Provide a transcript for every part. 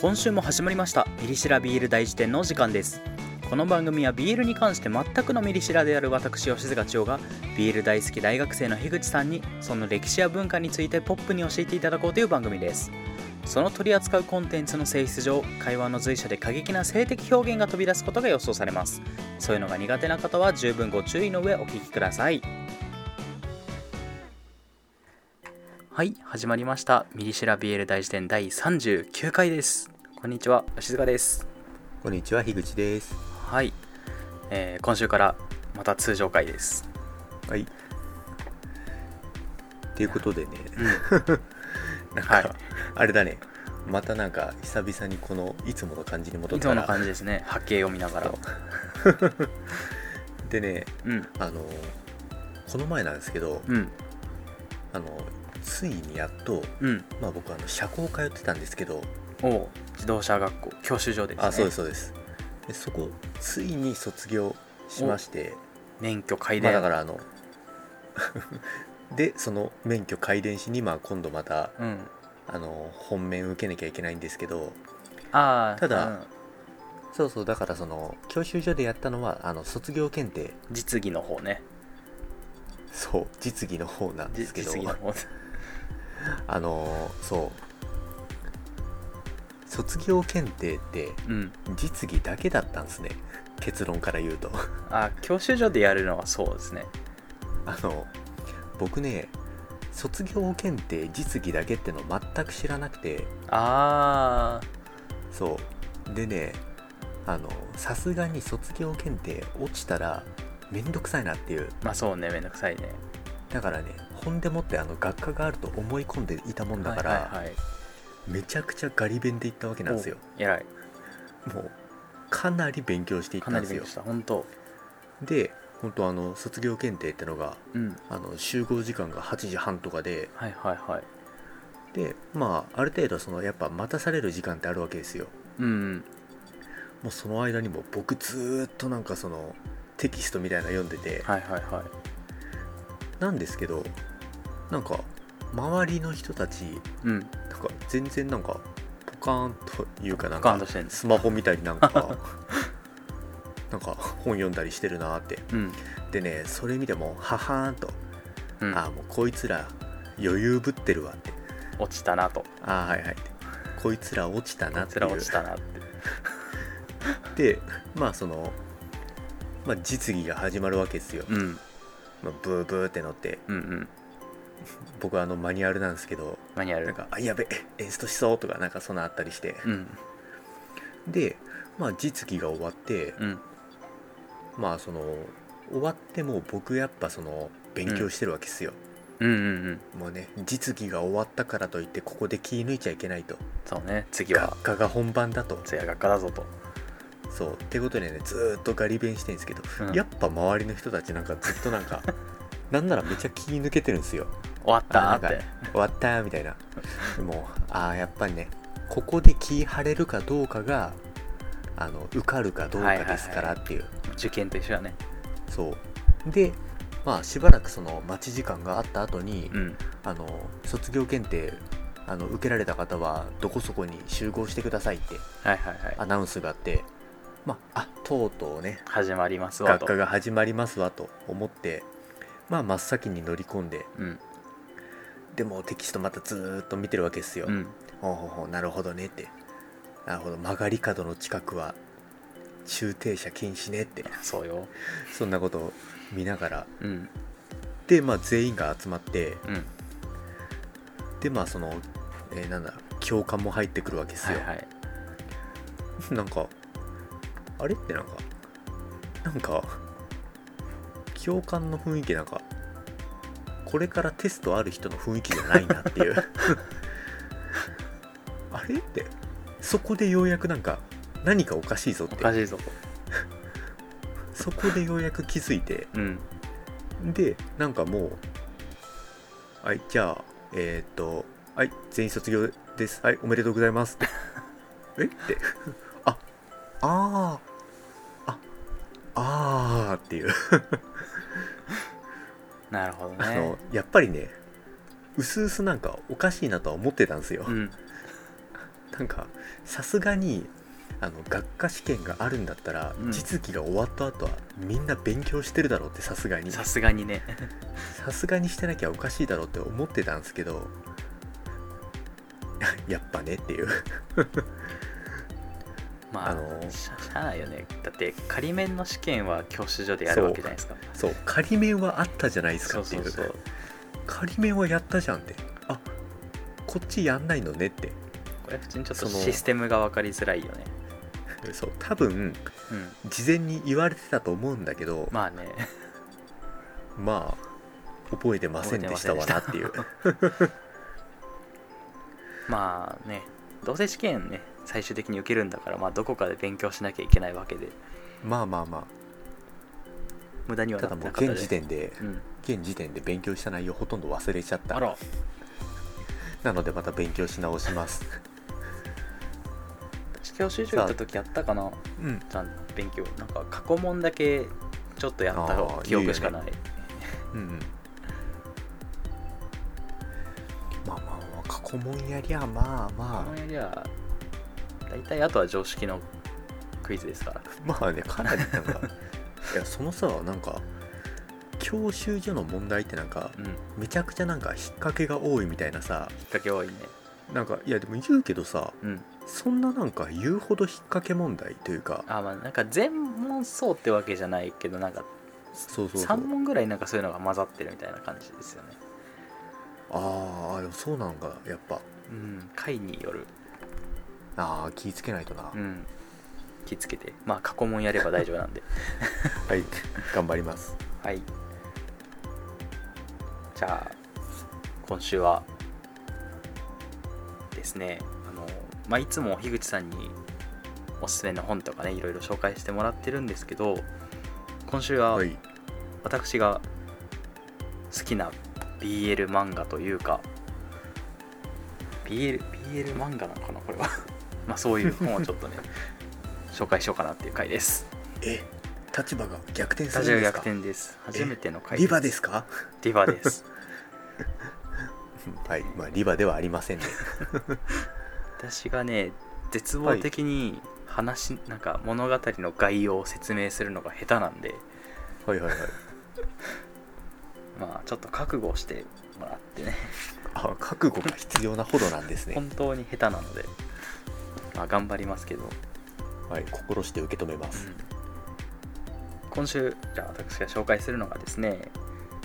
今週も始まりましたミリシラビール大辞典のお時間ですこの番組はビールに関して全くのミリシラである私吉塚千代がビール大好き大学生の樋口さんにその歴史や文化についてポップに教えていただこうという番組ですその取り扱うコンテンツの性質上会話の随所で過激な性的表現が飛び出すことが予想されますそういうのが苦手な方は十分ご注意の上お聞きくださいはい始まりましたミリシラビエル大辞典第39回ですこんにちは吉塚ですこんにちは、樋口です。はい、えー今週からまた通常回ですはい。ということでね、 なんか、はいあれだね、またなんか久々にこのいつもの感じに戻いっつたもらの感じですね波形を見ながらそうでね、うんあのこの前なんですけど、うんあのついにやっと、うんまあ僕あの社交通ってたんですけど、おう自動車学校教習所です、ね、あ、そうですそうです。でそこついに卒業しまして、免許改まあ伝、だからあの でその免許改伝しにまあ今度またうんあの本面受けなきゃいけないんですけどああただそうそうだからその教習所でやったのはあの卒業検定実技の方ねそう実技の方なんじですけど実技の方あのそう卒業検定ってうん実技だけだったんですね結論から言うと あー教習所でやるのはそうですねあの僕ね卒業検定実技だけっての全く知らなくてああそうでねあのさすがに卒業検定落ちたらめんどくさいなっていうまあそうねめんどくさいねだからね本でもってあの学科があると思い込んでいたもんだから、はいはいはいめちゃくちゃガリ勉で行ったわけなんですよお偉いもうかなり勉強していっかたなんりです勉よ強した本当で本当あの卒業検定ってのがうんあの集合時間が8時半とかではいはいはいでまあある程度そのやっぱ待たされる時間ってあるわけですようんもうその間にも僕ずーっとなんかそのテキストみたいなの読んでてはいはいはいなんですけどなんか周りの人たちうんなんか全然なんかポカーンというかなんポカーンかとしてるんですスマホ見たりな んかなんか本読んだりしてるなーってうんでねそれ見てもははーんと、うんああもうこいつら余裕ぶってるわって落ちたなとああはいはいってこいつら落ちたなこってちいうら落ちたなってでまあその、まあ、実技が始まるわけですよ、うんまあ、ブーブーって乗ってうんうん僕はあのマニュアルなんですけどマニュアルなんかあやべえエンストしそうとかなんかそんなあったりして、うんでまあ実技が終わって、うんまあその終わっても僕やっぱその勉強してるわけですよ、うんうんうんもうね実技が終わったからといってここで気抜いちゃいけないとそうね次は学科が本番だと次は学科だぞとそうってことでねずーっとガリ勉してるんですけど、うんやっぱ周りの人たちなんかずっと なんかなんならめっちゃ気抜けてるんですよ終わったあーっなんてか終わったーみたいなもうああやっぱりねここで気張れるかどうかがあの受かるかどうかですからっていう、受験と一緒だねそうでまあしばらくその待ち時間があった後に、うんあの卒業検定あの受けられた方はどこそこに集合してくださいってはいはいはいアナウンスがあってまああとうとうね始まりますわ学と科が始まりますわと思ってまあ真っ先に乗り込んでうんでもテキストまたずーっと見てるわけですよ、うんほうほうほうなるほどねってなるほど曲がり角の近くは駐停車禁止ねってそうよそんなことを見ながらうんでまあ全員が集まってうんでまあその、えーなんだ教官も入ってくるわけですはよ、いはい なんかあれってなんかなんか教官の雰囲気なんかこれからテストある人の雰囲気じゃないなっていう あれってそこでようやくなんか何かおかしいぞっおてかしいぞとそこでようやく気づいてうんでなんかもうはいじゃあえーっとはい全員卒業ですはいおめでとうございます えってああーあああっていう、なるほどあねのやっぱりねうすうすなんかおかしいなとは思ってたんですよ、うんなんかさすがにあの学科試験があるんだったら、うん実技が終わった後はみんな勉強してるだろうってさすがにさすがにねさすがにしてなきゃおかしいだろうって思ってたんですけど やっぱねっていうまああのしゃしゃあないよねだって仮面の試験は教習所でやるわけじゃないですかそう仮面はあったじゃないですそかうっていそううそう仮面はやったじゃんってあこっちやんないのねってこれ普通にちょっとそのシステムが分かりづらいよねそう多分うん事前に言われてたと思うんだけどままあねあ覚えてませんでしたわなっていうまあねどうせ試験ね最終的に受けるんだからまあどこかで勉強しなきゃいけないわけでまあまあま無駄にあはなたってだもうなかった現時点でうん、現時点で勉強した内容ほとんど忘れちゃったあらなのでまた勉強し直します 私教習所行った時やったかなうんちゃん勉強なんか過去問だけちょっとやっあーた記憶しかないうんうんまあまあまあ過去問やりゃまあこまのやりゃ大体あとは常識のクイズですからあまあねかなりなんかいやそのさなんか教習所の問題ってなんかうん引っめちゃくちゃなんか引っ掛けが多いみたいなさ掛け多いねなんかいやでも言うけどさうんそんななんか言うほど引っ掛け問題というかあまあなんか全問そうってわけじゃないけどなんかそうそうそ3う問ぐらいなんかそういうのが混ざってるみたいな感じですよねああでもそうなのかやっぱうん回によるああ気ぃつけないとな、うん気ぃつけてまあ過去問やれば大丈夫なんではい頑張りますはいじゃあ今週はですねあの、まあ、いつも樋口さんにおすすめの本とかねいろいろ紹介してもらってるんですけど今週ははい私が好きな BL 漫画というか BL, BL 漫画なのかなこれは まあそういう本をちょっとね紹介しようかなっていう回ですえ立場が逆転す立る場逆んですか転です初めての回リバですかリバです はいまあリバではありません ね私がね絶望的に話、なんか物語の概要を説明するのが下手なんではいはいはいまあちょっと覚悟をしてもらってねあ覚悟が必要なほどなんですね本当に下手なのでまあ頑張りますけどはい心して受け止めます今週じゃあ私が紹介するのがですね、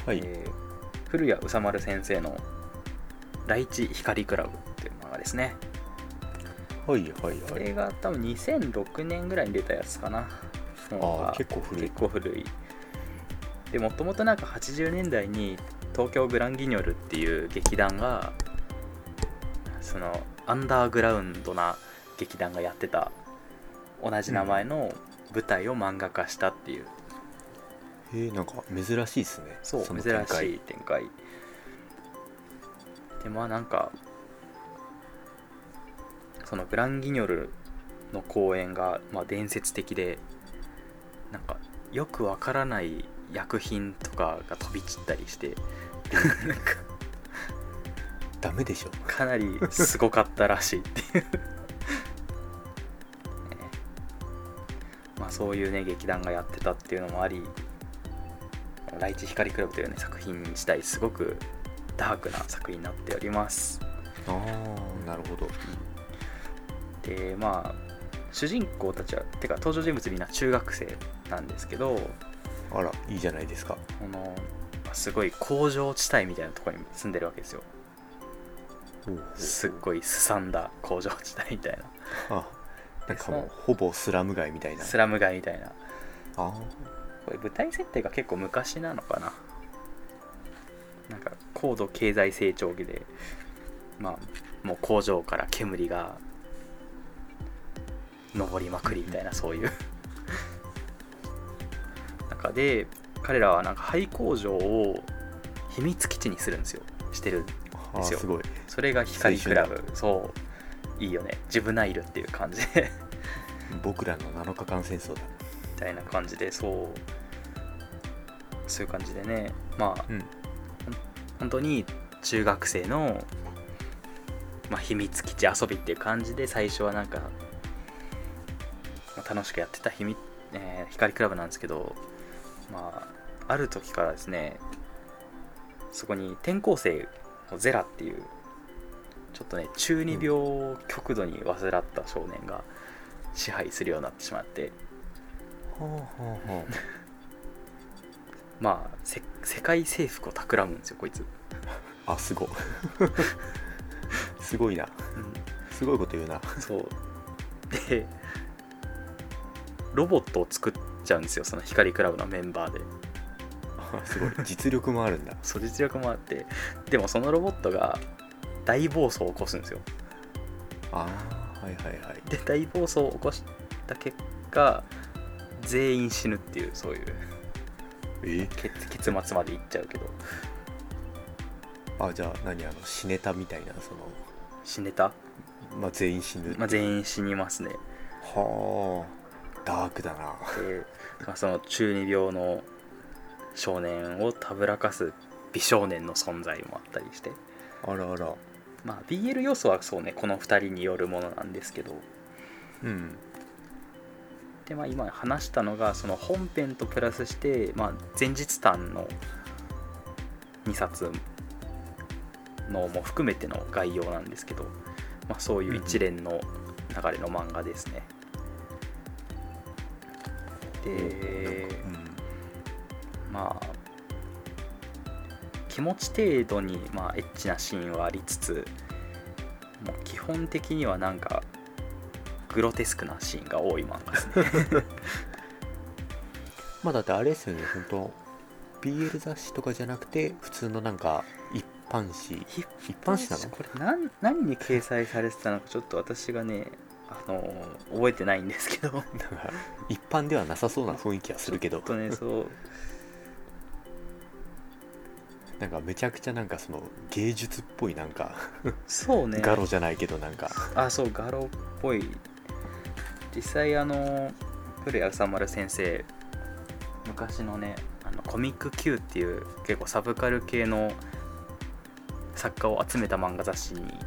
はい、えー古谷宇佐丸先生の「第一光クラブ」っていう漫画ですねはいはいこはいれが多分2006年ぐらいに出たやつかなもうああ結構古い結構古いでもともとなんか80年代に東京グランギニョルっていう劇団がそのアンダーグラウンドな劇団がやってた同じ名前の舞台を漫画化したっていう、へえんか珍しいですねそうの珍展開しい展開でまあなんかそのグランギニョルの公演が、まあ、伝説的でなんかよくわからない薬品とかが飛び散ったり してダメでしょかなりすごかったらしいっていう ねまあそういうね劇団がやってたっていうのもありこの「ライチ光クラブ」というね作品自体すごくダークな作品になっておりますああなるほどでまあ主人公たちはてか登場人物みんな中学生なんですけどあらいいじゃないですかこのまあすごい工場地帯みたいなところに住んでるわけですよすっごいすさんだ工場地帯みたいあなんかもうほぼスラム街みたいななスラム街みたいなあこれ舞台設定が結構昔なのかななんか高度経済成長期でまあもう工場から煙が上りまくりみたいなそう いう中で彼らはなんか廃工場を秘密基地にするんですよしてるあですーよすごいそれが光クラブそういいよねジブナイルっていう感じで 僕らの7日間戦争だみたいな感じでそうそういう感じでねまあうん本当に中学生のまあ、秘密基地遊びっていう感じで最初はなんか、まあ楽しくやってた秘密、えー光クラブなんですけど、まあ、ある時からですねそこに転校生のゼラっていうちょっとね中二病極度に患った少年が支配するようになってしまって、はあはあはまあせ世界征服を企むんですよこいつ、ああすごい すごいなすごいこと言うなそうでロボットを作っちゃうんですよその光クラブのメンバーであ すごい実力もあるんだそう実力もあってでもそのロボットが大暴走を起こすんですよああはいはいはいで大暴走を起こした結果全員死ぬっていうそういうえけ結末までいっちゃうけどあじゃあ何あの死ねたみたいなそ死ねた、の、まあ、全員死ぬ、まあ、全員死にますねはあダークだなで、まあ、その中二病の少年をたぶらかす美少年の存在もあったりしてあらあらまあ BL 要素はそうねこの2人によるものなんですけどうんでまあ今話したのがその本編とプラスして、まあ、前日譚の2冊のも含めての概要なんですけど、まあ、そういう一連の流れの漫画ですね。でうんまあ気持ち程度に、まあ、エッチなシーンはありつつもう基本的にはなんかグロテスクなシーンが多い漫画で すね。まあだってあれですよね本当 BL 雑誌とかじゃなくて普通のなんか一般誌一般誌なのこれ何何に掲載されてたのかちょっと私がねあのー覚えてないんですけどなんか一般ではなさそうな雰囲気はするけどちょっとねそうなんかめちゃくちゃなんかその芸術っぽいなんか、そうねガロじゃないけどなんかあそう画廊っぽい実際あの古谷さ丸先生昔のねあのコミック Q っていう結構サブカル系の作家を集めた漫画雑誌に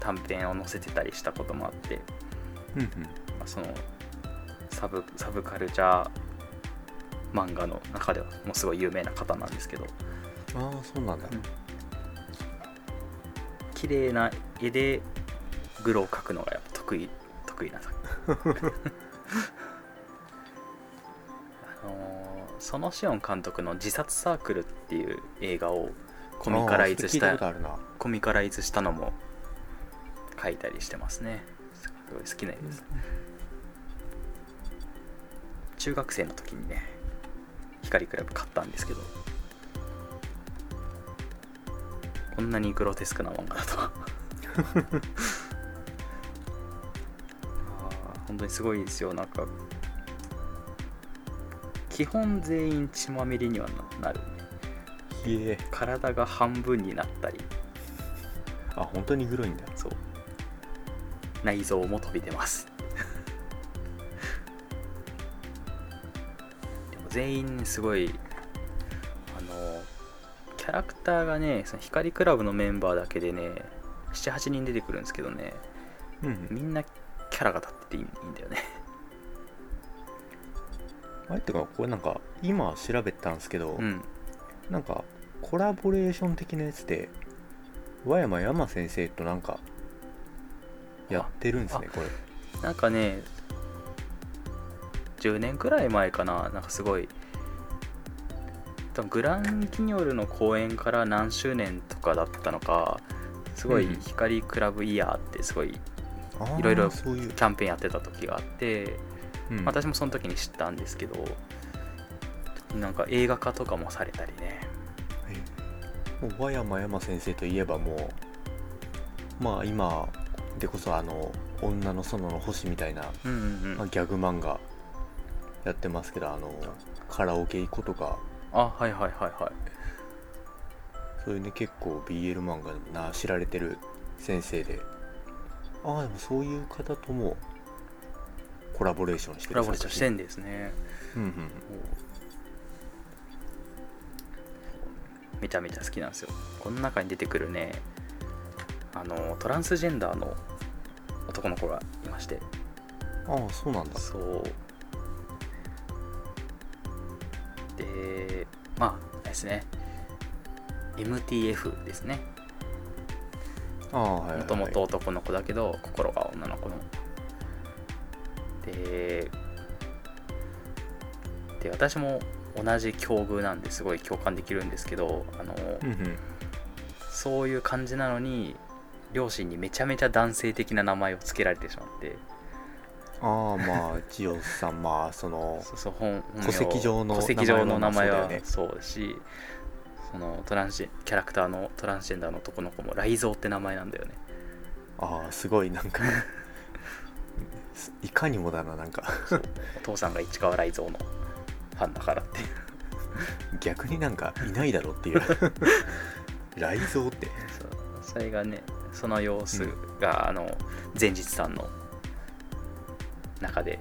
短編を載せてたりしたこともあって、うんまあそのサブサブカルチャー漫画の中ではもうすごい有名な方なんですけどうんああそうなんだうん綺麗な絵でグロを描くのがやっぱ得意得意な作家 あのーそのシオン監督の「自殺サークル」っていう映画をコミカライズしあたーそれ聞いたことあるなコミカライズしたのも書いたりしてますねすごい好きな絵です、中学生の時にね光クラブ買ったんですけどこんなにグロテスクな漫画だとは あー本当にすごいですよなんか基本全員血まみれにはななるいえ体が半分になったりあ本当にグロいんだそう内臓も飛び出ます でも全員すごいあのキャラクターがねその光クラブのメンバーだけでね78人出てくるんですけどねうんみんなキャラが立ってていいいいんだよねあれってかこれなんか今調べたんですけど、うんなんかコラボレーション的なやつで和山山先生となんかやってるんですねこれなんかね10年くらい前かななんかすごい多分グランキニョルの公演から何周年とかだったのかすごいうんうん光クラブイヤーってすごいあーいろいろそういうキ、ャンペーンやってた時があってうん私もその時に知ったんですけどなんか映画化とかもされたりねもう和山山先生といえばもうまあ今でこそあの「女の園の星」みたいな、うんうんうまあ、んギャグ漫画やってますけどあのカラオケ行こうとかあはいはいはいはいそういうね結構 BL 漫画でもな知られてる先生でああでもそういう方ともコラボレーションしてコるラボレーションしてんんですねうんうんめちゃめちゃ好きなんですよこの中に出てくるねあのトランスジェンダーの男の子がいましてああそうなんだそうでまああれですね MTF ですねああはいはいもともと男の子だけど心が女の子のでで私も同じ境遇なんですごい共感できるんですけどあの、うんうんそういう感じなのに両親にめちゃめちゃ男性的な名前を付けられてしまってああまあ千代さんまあそのそうそう本本名戸籍上の戸籍上の名名前前ははまあそうだしそのトランジキャラクターのトランスジェンダーの男の子も雷蔵って名前なんだよねああすごいなんか すいかにもだななんか お父さんが市川雷蔵のファンだからって逆になんかいないだろっていう 雷蔵ってそうそれがねその様子が、あの前日さんの中で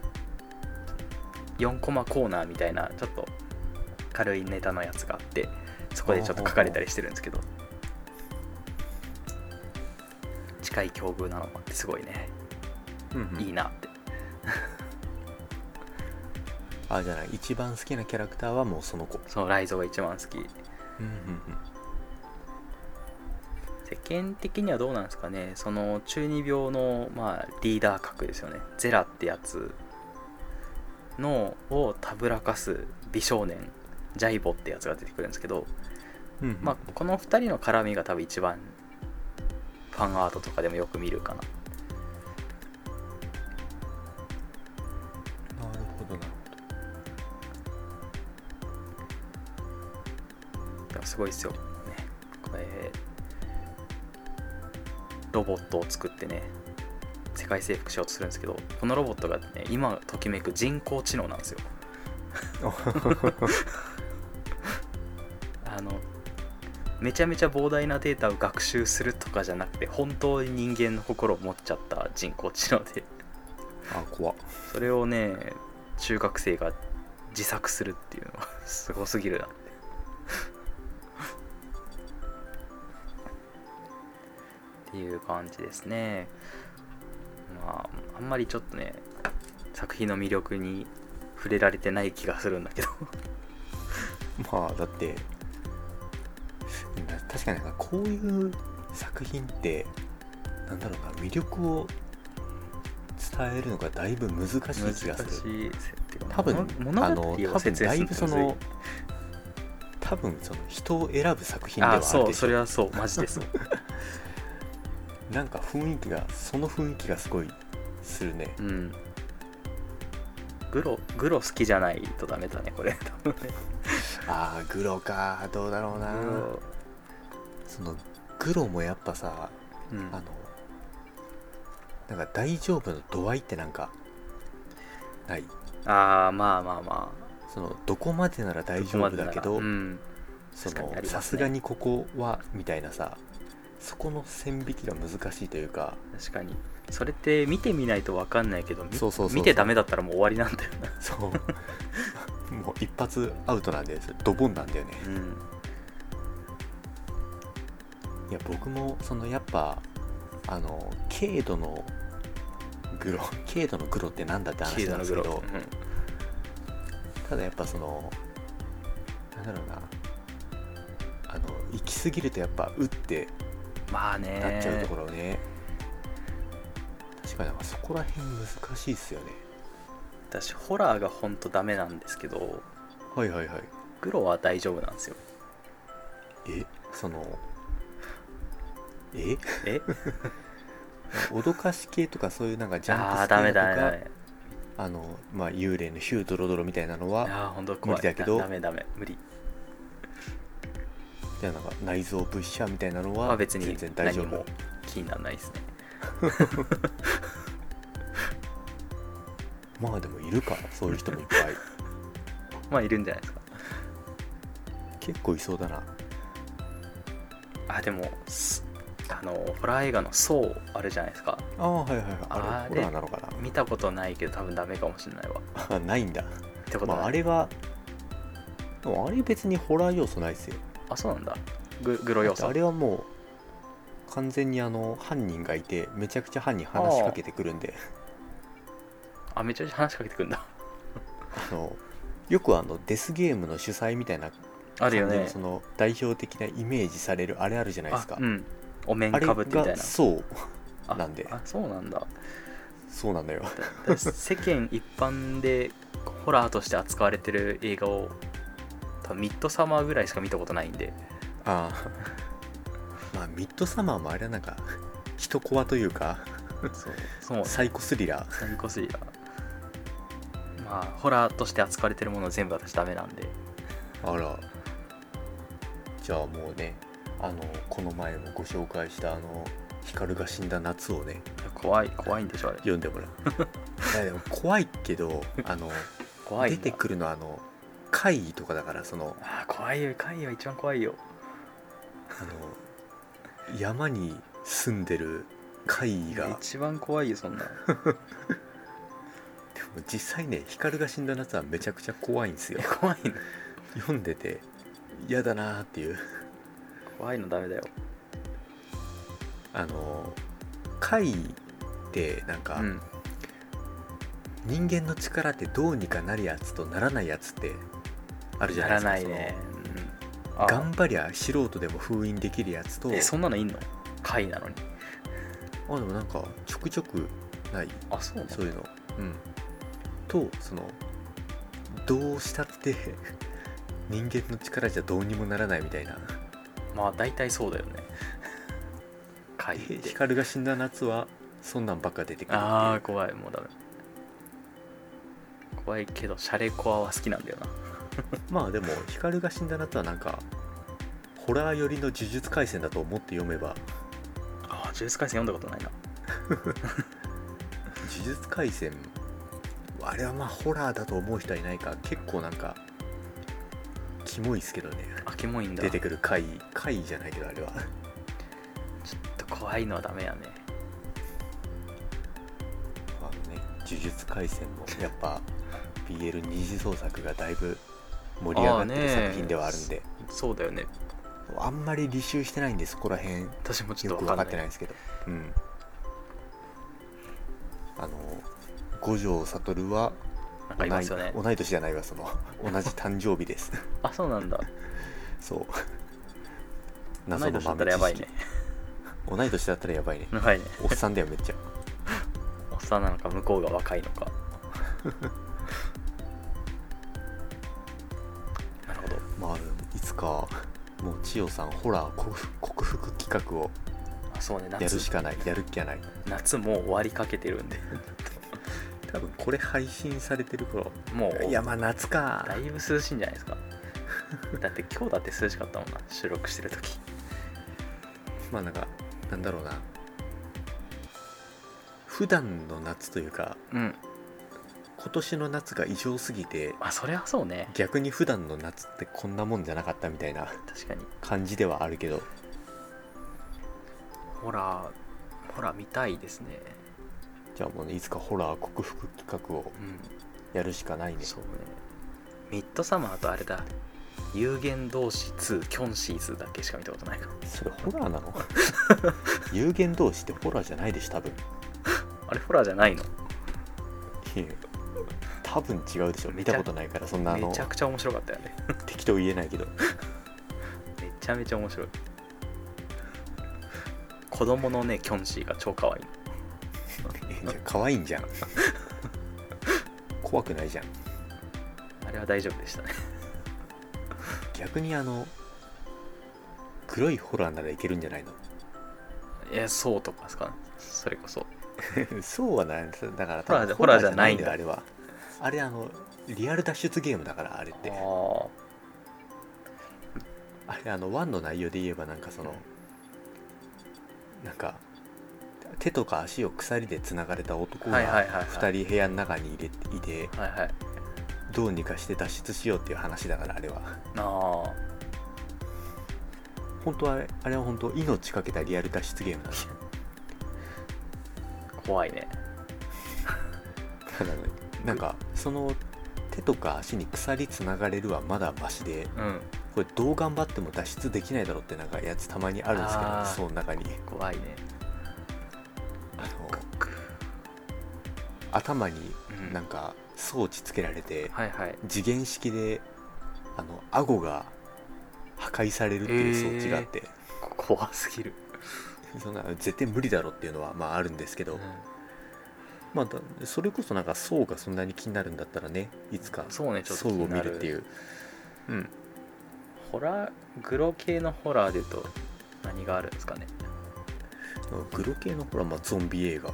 4コマコーナーみたいなちょっと軽いネタのやつがあってそこでちょっと書かれたりしてるんですけど近い境遇なのもあってすごいねうんうんいいなってあじゃない一番好きなキャラクターはもうその子そのライゾが一番好きうんうんうん世間的にはどうなんですかねその中二病の、まあ、リーダー格ですよねゼラってやつのをたぶらかす美少年ジャイボってやつが出てくるんですけど、うんうんまあ、この2人の絡みが多分一番ファンアートとかでもよく見るかななるほどなでもすごいですよ、ね、これロボットを作ってね世界征服しようとするんですけどこのロボットが、ね、今ときめく人工知能なんですよあのめちゃめちゃ膨大なデータを学習するとかじゃなくて本当に人間の心を持っちゃった人工知能であ怖っそれをね中学生が自作するっていうのは すごすぎるなってっていう感じですねまああんまりちょっとね作品の魅力に触れられてない気がするんだけどまあだってな確かになんかこういう作品ってなんだろうな魅力を伝えるのがだいぶ 難しい難し気いがするてか多分物あ物の語多を分説明だすいるぶそのむの多分その人を選ぶ作ずい品ではああるでしょそうそれは そうマジでそうなんか雰囲気がその雰囲気がすごいするねうんグログロ好きじゃないとダメだねこれ多分ねあーグロかどうだろうなグロそのグロもやっぱさうんあのなんか大丈夫の度合いってなんかないああまあまあまそのどこまでならあ大丈夫だけどここまでならうんそ確かにのありますねさすがにここはみたいなさそこの線引きが難しいというか確かにそれって見てみないと分かんないけどみそうそうそうそう見てダメだったらもう終わりなんだよなそ うもう一発アウトなんでドボンなんだよねうんいや僕もそのやっぱあの軽度のグロ軽度のグロってなんだっ てシ話ーなドんでのすグけロうどんただやっぱそのなんだろうなあの行き過ぎるとやっぱうってまあねなっちゃうところね、確かになんかそこら辺難しいっすよね私ホラーがほんとダメなんですけどはいはいはいグロは大丈夫なんですよえそのええ脅かし系とかそういうなんかジャンプああースケダメーだとかねあの、まあ、幽霊のヒュードロドロみたいなのはああほんと怖い無理だけどダメダメ無理じゃあなんか内臓ブッシャーみたいなのまあは別に全然大何丈夫も気にならないですねまあでもいるからそういう人もい っぱいまあいるんじゃないですか結構いそうだなあでもすあのホラー映画の「ソー」あるじゃないですかああはいはいはいああれれホラーなのかな見たことないけど多分ダメかもしれないわあない んだ、ってことまない、あ、あれはでもあれ別にホラー要素ないっすよあそうなんだググロ要だって素あれはも完全にあの犯人がいてめちゃくちゃ犯人話しかけてく るんであめちゃくちゃ話しかけてくんだ あのよくあのデスゲームの主催みたいなあるよ感じのねその代表的なイメージされるあれあるじゃないですあかうんお面あれかぶってみたいがなそうあなんであそうなんだそうなのよだ世間一般でホラーとして扱われてる映画を多分ミッドサマーぐらいしか見たことないんでああ まあミッドサマーもあれはなんか人コアというかそうそうサイコスリラーサイコスリラーまあホラーとして扱われてるもの全部私ダメなんであらじゃあもうねあのこの前もご紹介したあの光が死んだ夏をねいや怖い怖いんでしょあれ読んでもら ういやでも怖いけどあの怖い出んだてくるのはあの怪異とかだからそのあー怖いよ怪異は一番怖いよあの山に住んでる怪異がでも一番怖いよそんな実際ね光が死んだ夏はめちゃくちゃ怖いんですよ怖いの読んでて嫌だなーっていう怖いのダメだよあの怪異ってなんか、うん人間の力ってどうにかなるやつとならないやつってあるじゃなないでらすかないねそあの頑張りゃ素人でも封印できるやつとえそんなのいんの怪異なのにあでもなんかちょくちょくないあそうなのそういうのうんとそのどうしたって 人間の力じゃどうにもならないみたいなまあ大体そうだよね怪異でって光が死んだ夏はそんなんばっか出てくるっていうああ怖いもうダメ怖いけどシャレコアは好きなんだよなまあでも光が死んだ夏はなんかホラー寄りの呪術廻戦だと思って読めばああ呪術廻戦読んだことないな呪術廻戦あれはまあホラーだと思う人はいないか結構なんかキモいっすけどねあキモいんだ出てくる怪異怪異じゃないけどあれはちょっと怖いのはダメやねあのね呪術廻戦もやっぱ BL 二次創作がだいぶ盛り上がってあーるね作品ではあるんでそうだよねあんまり履修してないんでそこら辺私もちょよっとく分かん分かなっいてないですけどうんあの五条悟はなん同かいいますよね同い年じゃないわその同じ誕生日ですあそうなんだそう同い年だったらやばいね豆知識同い年だったらやばいねやばいねおっさんだよめっちゃおっさんなのか向こうが若いの かなるほどまあいつかもう千代さんホラー克服克服企画をあそうねやる夏しかないやる気はない夏もう終わりかけてるんで多分これ配信されてる頃もういやまあ夏かだいぶ涼しいんじゃないです かだって今日だって涼しかったもんな収録してる時まあなんかなんだろうな普段の夏というかうん今年の夏が異常すぎてまあそれはそうね逆に普段の夏ってこんなもんじゃなかったみたいな確かに感じではあるけどホラーホラー見たいですねじゃあもうねいつかホラー克服企画をうんやるしかないねそうねミッドサマーとあれだ有限同士2キョンシーズだけしか見たことないかそれホラーな の有限同士ってホラーじゃないでしょ多分あれホラーじゃないのいや多分違うでしょ見たことないからそんなあのめちゃくちゃ面白かったよね適当言えないけどめちゃめちゃ面白い子供のねキョンシーが超可愛いえじゃあ可愛いんじゃん怖くないじゃんあれは大丈夫でしたね逆にあの黒いホラーならいけるんじゃないの えそうとかですかねそれこそそうはないだからホラーじゃ多分ホラーじゃないんだホラーじゃないんだよあれはあれあのリアル脱出ゲームだからあれってああれあの1の内容で言えばなんかそのなんか手とか足を鎖でつながれた男はいはいはいはがい2人部屋の中に入れていてあはいはいどうにかして脱出しようっていう話だからあれはああ本当はあれあれは本当命かけたリアル脱出ゲー ムなんだよ怖いねただねなんかその手とか足に鎖つながれるはまだマシでうんここれどう頑張っても脱出できないだろうってなんかやつたまにあるんですけあどーその中に怖いねあの頭にうんなんか装置つけられてはいはい次元式であの顎が破壊されるっていう装置があって、こ怖すぎる、そんな絶対無理だろうっていうのはまああるんですけど、まあだそれこそなんか層がそんなに気になるんだったらねいつかそうねちょっと層気をに見なるっていううんホラーグロ系のホラーで言うと何があるんですかねグロ系のほら、まあ、ゾンビ映画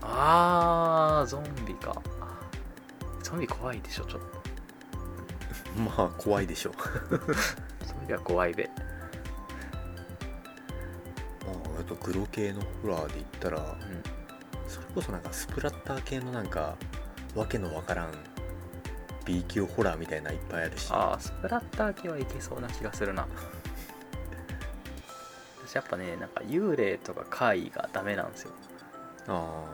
あーゾンビかゾンビ怖いでしょちょっとまあ怖いでしょうゾンビは怖いべまああとグロ系のホラーで言ったらそれこそなんかスプラッター系のなんかわけのわからん B 級ホラーみたいないっぱいあるしああスプラッター系はいけそうな気がするな私やっぱねなんか幽霊とか怪異がダメなんですよ、あ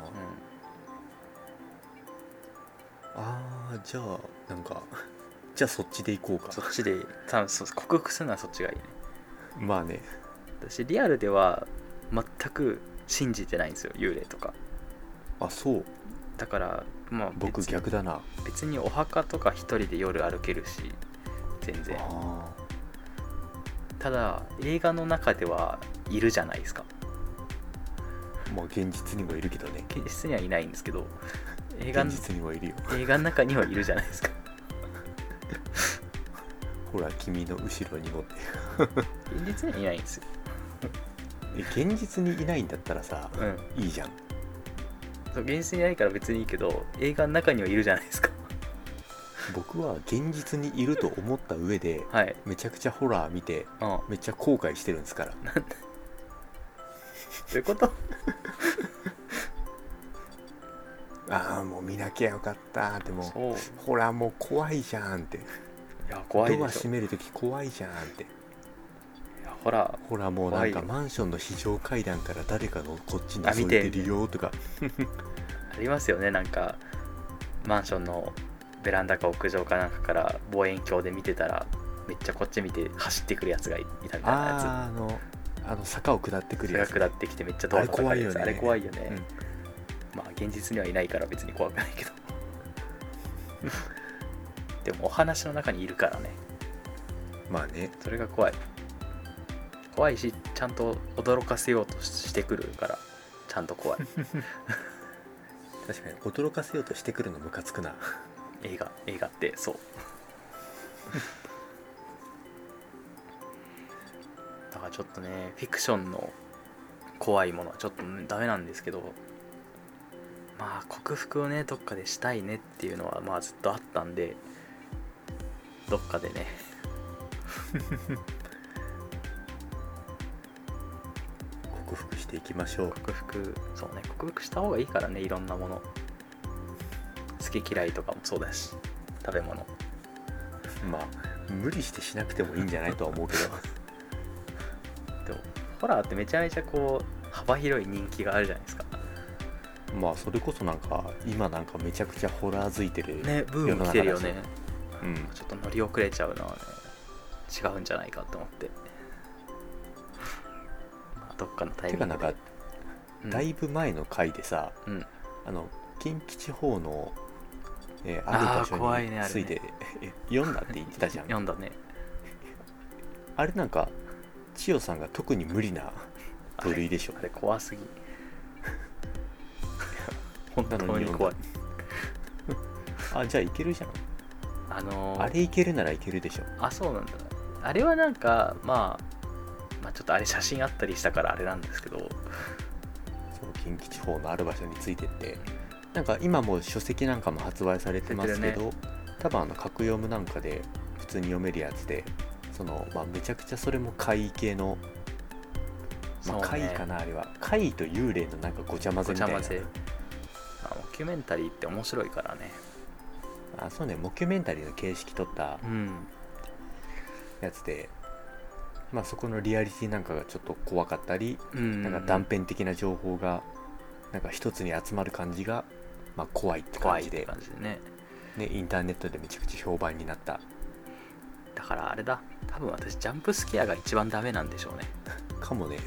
うんー、あーじゃあなんか じゃあそっちで行こうそかっちで多分そう克服するのはそっちがいいねまあね私リアルでは全く信じてないんですよ幽霊とかあそうだからまあ僕別に逆だな別にお墓とか一人で夜歩けるし全然あただ映画の中ではいるじゃないですかーまあ現実にもいるけどね現実にはいないんですけど映画現の実にもいるよ映画の中にはいるじゃないですかほら君の後ろにもって現実にはいないんですよ、 え現実にいないんだったらさうん、いいじゃんそう現実にいないから別にいいけど映画の中にはいるじゃないですか 僕は現実にいると思った上ではいめちゃくちゃホラー見てうんめっちゃ後悔してるんですからそういうことああもう見なきゃよかったでもそうほらもう怖いじゃんっていや怖いドでアし閉ょめる時怖いじゃんっていやほらほらもうな怖んかいよマンションの非常階段から誰かのこっちにあ見て覗いてるよとかありますよねなんかマンションのベランダか屋上かなんかから望遠鏡で見てたらめっちゃこっち見て走ってくるやつがいいたみたいなやあーあのあの坂を下ってくつるそれやがつ下ってきてめっちゃドア叩かれるやつああれれ怖怖いよねうんまあ現実にはいないから別に怖くないけど でもお話の中にいるからねまあねそれが怖い怖いしちゃんと驚かせようとしてくるからちゃんと怖い確かに驚かせようとしてくるのムカつ くな映画映画ってそうだからちょっとねフィクションの怖いものはちょっとねダメなんですけどまあ克服をねどっかでしたいねっていうのはまあずっとあったんでどっかでね克服していきましょう克服そうね克服した方がいいからねいろんなもの好き嫌いとかもそうだし食べ物まあ無理してしなくてもいいんじゃないとは思うけどでもホラーってめちゃめちゃこう幅広い人気があるじゃないですか まあそれこそなんか今なんかめちゃくちゃホラーづいてるねブーム来てるよねうんちょっと乗り遅れちゃうのはね違うんじゃないかと思ってまあどっかのタイてミングかでなんかうんだいぶ前の回でさ、うんあの近畿地方の、えーあーある場怖所いにねあれねついて、 え読んだって言ってたじゃん読んだねあれなんか千代さんが特に無理な部類でしょあれ怖すぎ 本当に怖いあじゃあいけるじゃんあのーあれいけるならいけるでしょあそうなんだあれはなんか、まあ、まあちょっとあれ写真あったりしたからあれなんですけどその近畿地方のある場所についてってなんか今もう書籍なんかも発売されてますけど、多分あの格読むなんかで普通に読めるやつでその、まあ、めちゃくちゃそれも怪異系の、まそあ、う怪ね異かな、あれは怪異と幽霊のなんかごちゃ混ごぜみちたゃいな混ぜまあドキュメンタリーって面白いからねあそうねモキュメンタリーの形式取ったうんやつで、まあ、そこのリアリティなんかがちょっと怖かったり、うんなんか断片的な情報がなんか一つに集まる感じが、まあ、怖いって怖感いっじてで感じでねね、インターネットでめちゃくちゃ評判になっただからあれだ多分私ジャンプスケアが一番ダメなんでしょうねかもね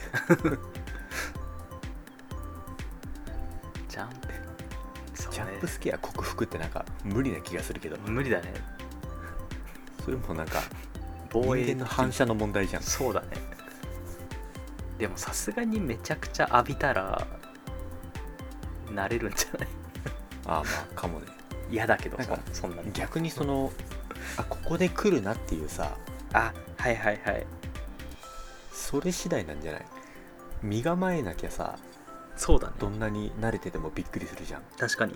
ジャンプそうジャンプねスケア克服ってなんか無理な気がするけど無理だねそれもなんか人防衛間の反射の問題じゃんそうだねでもさすがにめちゃくちゃ浴びたら慣れるんじゃないああまあかもね嫌だけどなんかそそんなの逆にそのあここで来るなっていうさあはいはいはいそれ次第なんじゃない身構えなきゃさそうだねどんなに慣れててもびっくりするじゃん確かに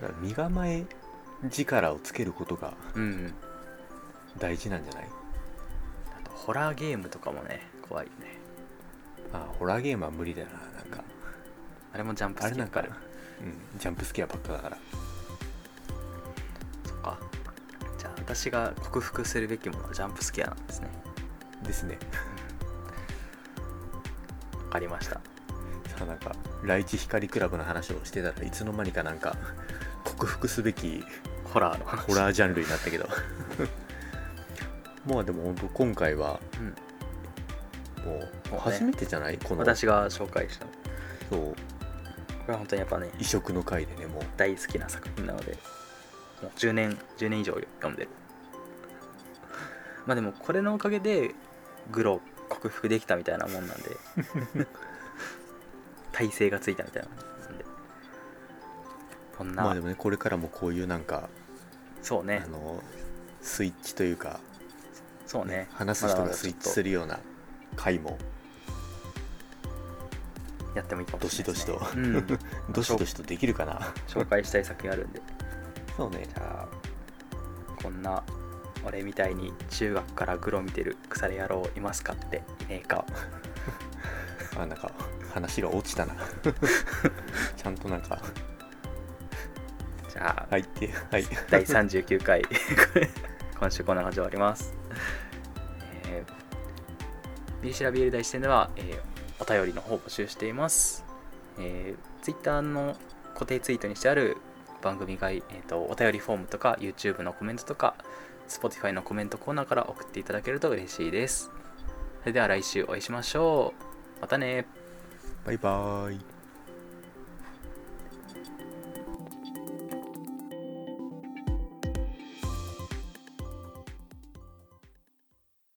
だから身構え力をつけることがうん大事なんじゃないあとホラーゲームとかもね怖いよねあホラーゲームは無理だよななんかあれもジャンプあスれキなルんかかあるらうん、ジャンプスケアばっかだからそっかじゃあ私が克服するべきものはジャンプスケアなんですねですね わかりましたさあなんかライチ光クラブの話をしてたらいつの間にかなんか克服すべきホラーの話ホラージャンルになったけど まあでも本当今回はうん、ももううね初めてじゃない、この私が紹介したのこそうれは本当にやっぱね異色の回でねもう大好きな作品なのでもう10年10年以上読んでるまあでもこれのおかげでグロを克服できたみたいなもんなんで 体勢がついたみたいなもんなんでこんな、まあでもねこれからもこういうなんか、そうねあのスイッチというか、そうね話す人まだまがだちスょイっッとチするような回もやってもいいかもしれないですねどしどしうん、 どしどしとできるかな紹介したい作品あるんでそうねじゃあこんな俺みたいに中学からグロ見てる腐れ野郎いますかっていねえかあなんか話が落ちたな ちゃんとなんかじゃあ、はいってはい第39回 今週こんな感じで終わります、えー、ビリシラビール大視点では、えーお便りの方を募集しています、えー、Twitter の固定ツイートにしてある番組外、えー、とお便りフォームとか YouTube のコメントとか Spotify のコメントコーナーから送っていただけると嬉しいですそれでは来週お会いしましょうまたねバイバーイ